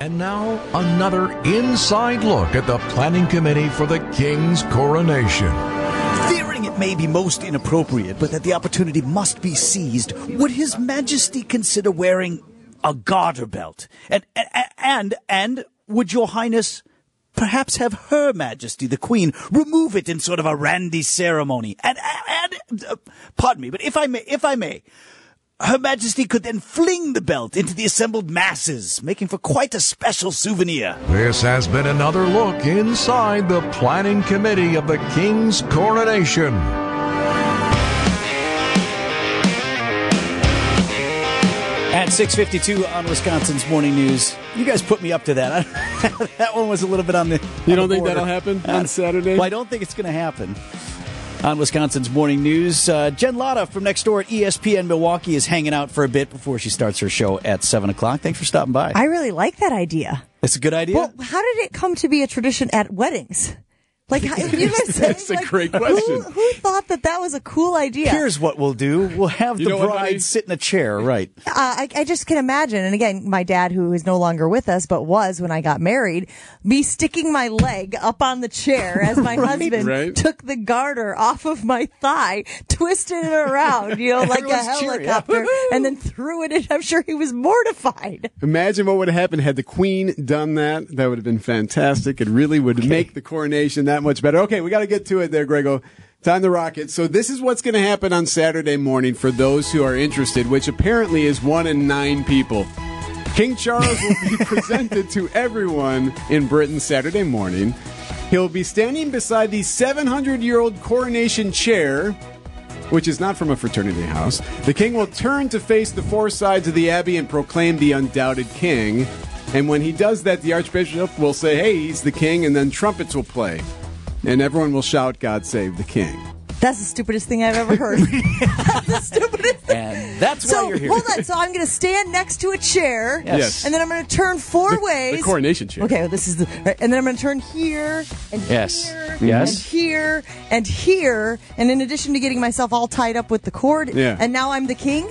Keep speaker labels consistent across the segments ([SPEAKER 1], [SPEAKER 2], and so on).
[SPEAKER 1] And now, another inside look at the planning committee for the king's coronation.
[SPEAKER 2] Fearing it may be most inappropriate, but that the opportunity must be seized, would His Majesty consider wearing a garter belt? And and and, and would Your Highness? Perhaps have Her Majesty the Queen remove it in sort of a randy ceremony. And, and, uh, pardon me, but if I may, if I may, her Majesty could then fling the belt into the assembled masses, making for quite a special souvenir.
[SPEAKER 1] This has been another look inside the planning committee of the king's coronation.
[SPEAKER 2] At 6:52 on Wisconsin's Morning News, you guys put me up to that. that one was a little bit on the.
[SPEAKER 3] You
[SPEAKER 2] on
[SPEAKER 3] don't
[SPEAKER 2] the
[SPEAKER 3] think
[SPEAKER 2] border.
[SPEAKER 3] that'll happen
[SPEAKER 2] I-
[SPEAKER 3] on Saturday?
[SPEAKER 2] Well, I don't think it's going to happen. On Wisconsin's Morning News, uh, Jen Latta from next door at E ESPN Milwaukee is hanging out for a bit before she starts her show at seven o'clock. Thanks for stopping by.
[SPEAKER 4] I really like that idea.
[SPEAKER 2] That's a good idea.
[SPEAKER 4] Well, how did it come to be a tradition at weddings? Like, how, you know what I'm saying?
[SPEAKER 3] That's a
[SPEAKER 4] Like,
[SPEAKER 3] great
[SPEAKER 4] who-
[SPEAKER 3] question.
[SPEAKER 4] Who, thought that that was a cool idea?
[SPEAKER 2] Here's what we'll do: we'll have
[SPEAKER 3] You
[SPEAKER 2] the
[SPEAKER 3] know what,
[SPEAKER 2] bride
[SPEAKER 3] honey?
[SPEAKER 2] sit in a chair, right?
[SPEAKER 4] uh, I, I just can imagine. And again, my dad, who is no longer with us, but was when I got married, me sticking my leg up on the chair as my husband
[SPEAKER 3] Right.
[SPEAKER 4] took the garter off of my thigh, twisted it around, you know, like a
[SPEAKER 2] Everyone's cheering.
[SPEAKER 4] helicopter, and then threw it in. I'm sure he was mortified.
[SPEAKER 3] Imagine what would have happened had the Queen done that. That would have been fantastic. It really would make the coronation that much better. Okay, we got to get to it there, Grego. Time to rock it. So this is what's going to happen on Saturday morning for those who are interested, which apparently is one in nine people. King Charles will be presented to everyone in Britain Saturday morning. He'll be standing beside the 700 year old coronation chair which is not from a fraternity house. The king will turn to face the four sides of the abbey and proclaim the undoubted king. And when he does that, the archbishop will say, Hey, he's the king, and then trumpets will play. And everyone will shout, God save the king.
[SPEAKER 4] That's the stupidest thing I've ever heard. That's the stupidest thing.
[SPEAKER 2] And that's
[SPEAKER 4] So
[SPEAKER 2] why you're here.
[SPEAKER 4] hold on. So I'm going to stand next to a chair,
[SPEAKER 3] Yes.
[SPEAKER 4] and then I'm going to turn four ways.
[SPEAKER 3] The coronation chair.
[SPEAKER 4] Okay, well, this is the. right, And then I'm going to turn here and
[SPEAKER 2] Yes.
[SPEAKER 4] here
[SPEAKER 2] Yes.
[SPEAKER 4] and here and here. And in addition to getting myself all tied up with the cord,
[SPEAKER 3] Yeah.
[SPEAKER 4] and now I'm the king?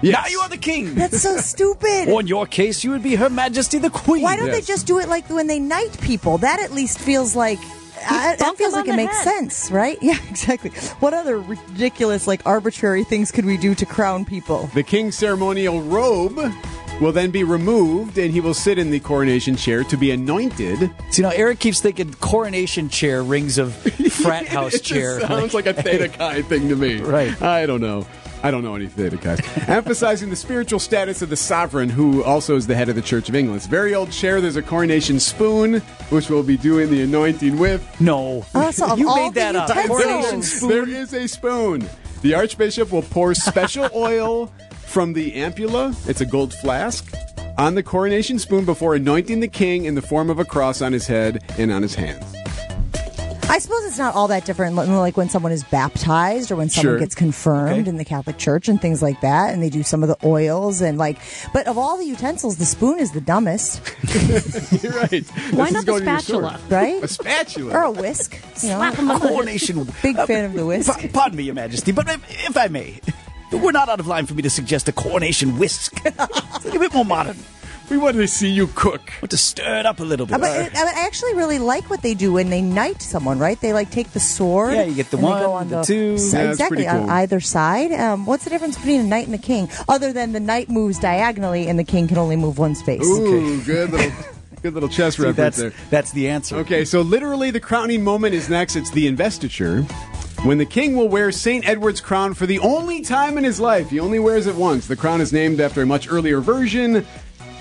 [SPEAKER 3] Yes.
[SPEAKER 2] Now you are the king.
[SPEAKER 4] That's so stupid.
[SPEAKER 2] Or in your case, you would be Her Majesty the Queen.
[SPEAKER 4] Why don't they
[SPEAKER 3] Yes.
[SPEAKER 4] just do it like when they knight people? That at least feels like. I, that
[SPEAKER 5] bump
[SPEAKER 4] feels
[SPEAKER 5] them
[SPEAKER 4] like it
[SPEAKER 5] on the
[SPEAKER 4] makes
[SPEAKER 5] head.
[SPEAKER 4] sense, right? Yeah, exactly. What other ridiculous, like arbitrary things could we do to crown people?
[SPEAKER 3] The king's ceremonial robe will then be removed, and he will sit in the coronation chair to be anointed.
[SPEAKER 2] See, now Eric keeps thinking coronation chair rings of frat house
[SPEAKER 3] it just
[SPEAKER 2] chair.
[SPEAKER 3] sounds like, a Theta Chi thing to me.
[SPEAKER 2] Right.
[SPEAKER 3] I don't know. I don't know any Theta Chi's. Emphasizing the spiritual status of the sovereign, who also is the head of the Church of England. It's a very old chair. There's a coronation spoon, which we'll be doing the anointing with.
[SPEAKER 2] no.
[SPEAKER 4] Also, of
[SPEAKER 2] you
[SPEAKER 4] Oh, all
[SPEAKER 2] made
[SPEAKER 4] the
[SPEAKER 2] that up.
[SPEAKER 4] utensils-
[SPEAKER 2] Coronation spoon.
[SPEAKER 3] There is a spoon. The Archbishop will pour special oil from the ampulla, it's a gold flask, on the coronation spoon before anointing the king in the form of a cross on his head and on his hands.
[SPEAKER 4] I suppose it's not all that different, li- like when someone is baptized or when someone
[SPEAKER 3] Sure.
[SPEAKER 4] gets confirmed
[SPEAKER 2] Okay.
[SPEAKER 4] in the Catholic Church and things like that, and they do some of the oils and like. But of all the utensils, the spoon is the dumbest,
[SPEAKER 3] You're right.
[SPEAKER 5] Why
[SPEAKER 3] This
[SPEAKER 5] not
[SPEAKER 3] is going
[SPEAKER 5] the
[SPEAKER 3] to your
[SPEAKER 5] spatula?
[SPEAKER 3] sword.
[SPEAKER 4] right?
[SPEAKER 3] A spatula.
[SPEAKER 4] or a whisk. You know,
[SPEAKER 5] Slap 'em on the head.
[SPEAKER 2] coronation.
[SPEAKER 4] big fan of the whisk.
[SPEAKER 2] P- pardon me, Your Majesty, but if, if I may, we're not out of line for me to suggest a coronation whisk. it's a bit more modern.
[SPEAKER 3] We wanted to see you cook.
[SPEAKER 2] But to stir it up a little bit.
[SPEAKER 4] Uh, But it, I I actually really like what they do when they knight someone, right? They like take the sword.
[SPEAKER 2] Yeah, you get the
[SPEAKER 4] and they
[SPEAKER 2] one,
[SPEAKER 4] go on
[SPEAKER 2] the two.
[SPEAKER 4] s-
[SPEAKER 3] Yeah, that's
[SPEAKER 4] exactly
[SPEAKER 3] pretty
[SPEAKER 4] on
[SPEAKER 3] cool.
[SPEAKER 4] either side. Um, what's the difference between a knight and a king, other than the knight moves diagonally and the king can only move one space?
[SPEAKER 3] Ooh, good little, good little chess
[SPEAKER 2] See,
[SPEAKER 3] reference
[SPEAKER 2] that's
[SPEAKER 3] there.
[SPEAKER 2] that's the answer.
[SPEAKER 3] Okay, so literally the crowning moment is next. It's the investiture, when the king will wear St. Edward's crown for the only time in his life. He only wears it once. The crown is named after a much earlier version.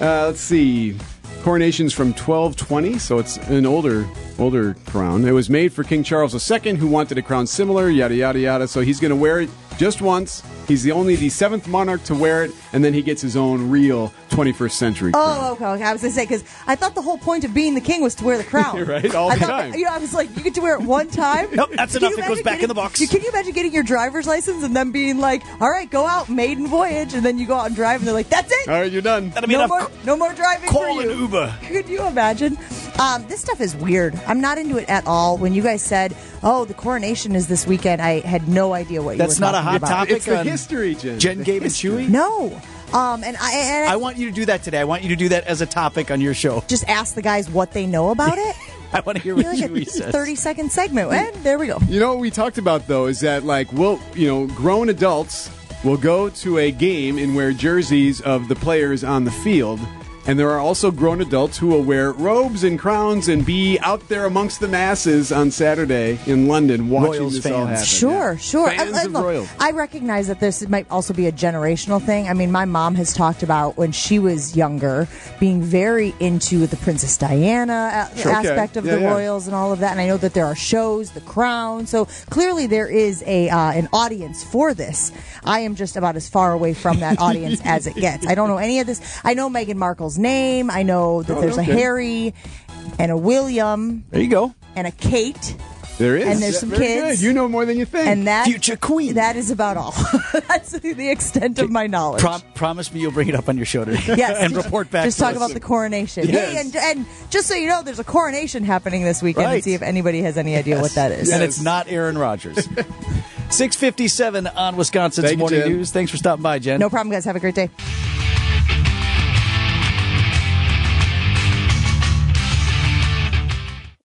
[SPEAKER 3] Uh, let's see, coronation's from 1220, so it's an older, older crown. It was made for King Charles II, who wanted a crown similar. Yada yada yada. So he's going to wear it just once. He's the only the seventh monarch to wear it, and then he gets his own real 21st century. crown.
[SPEAKER 4] Oh, okay, okay. I was gonna say because I thought the whole point of being the king was to wear the crown,
[SPEAKER 3] Right, all
[SPEAKER 4] I
[SPEAKER 3] the
[SPEAKER 4] thought
[SPEAKER 3] time.
[SPEAKER 4] That, you know, I was like, you get to wear it one time.
[SPEAKER 2] Nope, that's
[SPEAKER 4] Can you
[SPEAKER 2] enough. It goes
[SPEAKER 4] imagine
[SPEAKER 2] back in
[SPEAKER 4] getting-
[SPEAKER 2] the box.
[SPEAKER 4] You, can you imagine getting your driver's license and then being like, all right, go out maiden voyage, and then you go out and drive, and they're like, that's
[SPEAKER 2] Oh.
[SPEAKER 4] it.
[SPEAKER 3] All right, you're done.
[SPEAKER 2] That'll be
[SPEAKER 4] no
[SPEAKER 2] enough.
[SPEAKER 4] more, no more driving
[SPEAKER 2] Call
[SPEAKER 4] for
[SPEAKER 2] an
[SPEAKER 4] you.
[SPEAKER 2] Uber.
[SPEAKER 4] Could you imagine? Um, this stuff is weird. I'm not into it at all. When you guys said, "Oh, the coronation is this weekend," I had no idea what you
[SPEAKER 2] That's
[SPEAKER 4] were
[SPEAKER 2] not a
[SPEAKER 4] talking
[SPEAKER 2] hot
[SPEAKER 4] about.
[SPEAKER 2] topic.
[SPEAKER 3] It's the
[SPEAKER 2] on
[SPEAKER 3] history, Jen.
[SPEAKER 2] Jen
[SPEAKER 3] The
[SPEAKER 2] Gabe and Chewy.
[SPEAKER 4] No, Um, and I and I,
[SPEAKER 2] I want you to do that today. I want you to do that as a topic on your show.
[SPEAKER 4] just ask the guys what they know about it.
[SPEAKER 2] I want to hear
[SPEAKER 4] Be
[SPEAKER 2] what
[SPEAKER 4] like a
[SPEAKER 2] Chewy says.
[SPEAKER 4] thirty-second segment, and there we go.
[SPEAKER 3] You know what we talked about though is that like we'll you know grown adults will go to a game and wear jerseys of the players on the field. And there are also grown adults who will wear robes and crowns and be out there amongst the masses on Saturday in London watching
[SPEAKER 2] Royals
[SPEAKER 3] this all
[SPEAKER 2] fans.
[SPEAKER 3] happen.
[SPEAKER 4] Sure,
[SPEAKER 3] Yeah.
[SPEAKER 4] sure. I-
[SPEAKER 3] Fans
[SPEAKER 4] I,
[SPEAKER 3] of
[SPEAKER 4] look,
[SPEAKER 3] Royals.
[SPEAKER 4] I recognize that this might also be a generational thing. I mean, my mom has talked about when she was younger being very into the Princess Diana a-
[SPEAKER 3] Sure.
[SPEAKER 4] aspect
[SPEAKER 3] Okay.
[SPEAKER 4] of
[SPEAKER 3] Yeah,
[SPEAKER 4] the
[SPEAKER 3] yeah.
[SPEAKER 4] Royals and all of that. And I know that there are shows, The Crown. So clearly, there is a uh, an audience for this. I am just about as far away from that audience as it gets. I don't know any of this. I know Meghan Markle's name. I know that
[SPEAKER 3] Oh,
[SPEAKER 4] there's
[SPEAKER 3] okay.
[SPEAKER 4] a Harry and a William
[SPEAKER 2] There you go.
[SPEAKER 4] and a Kate.
[SPEAKER 3] There is.
[SPEAKER 4] And there's some
[SPEAKER 3] Very
[SPEAKER 4] kids.
[SPEAKER 3] good. You know more than you think.
[SPEAKER 4] And that
[SPEAKER 2] Future queen.
[SPEAKER 4] That is about all. That's the extent of my knowledge.
[SPEAKER 2] Prom- promise me you'll bring it up on your show today.
[SPEAKER 4] yes,
[SPEAKER 2] and
[SPEAKER 4] just-
[SPEAKER 2] report back.
[SPEAKER 4] Just
[SPEAKER 2] to
[SPEAKER 4] talk
[SPEAKER 2] us.
[SPEAKER 4] about the coronation. Hey,
[SPEAKER 3] Yes.
[SPEAKER 4] and, and just so you know, there's a coronation happening this weekend.
[SPEAKER 2] Right.
[SPEAKER 4] And see if anybody has any idea what that is.
[SPEAKER 2] And it's not Aaron Rodgers. 657 on Wisconsin's
[SPEAKER 3] Thank you,
[SPEAKER 2] Morning
[SPEAKER 3] Jen.
[SPEAKER 2] News. Thanks for stopping by, Jen.
[SPEAKER 4] No problem, guys. Have a great day.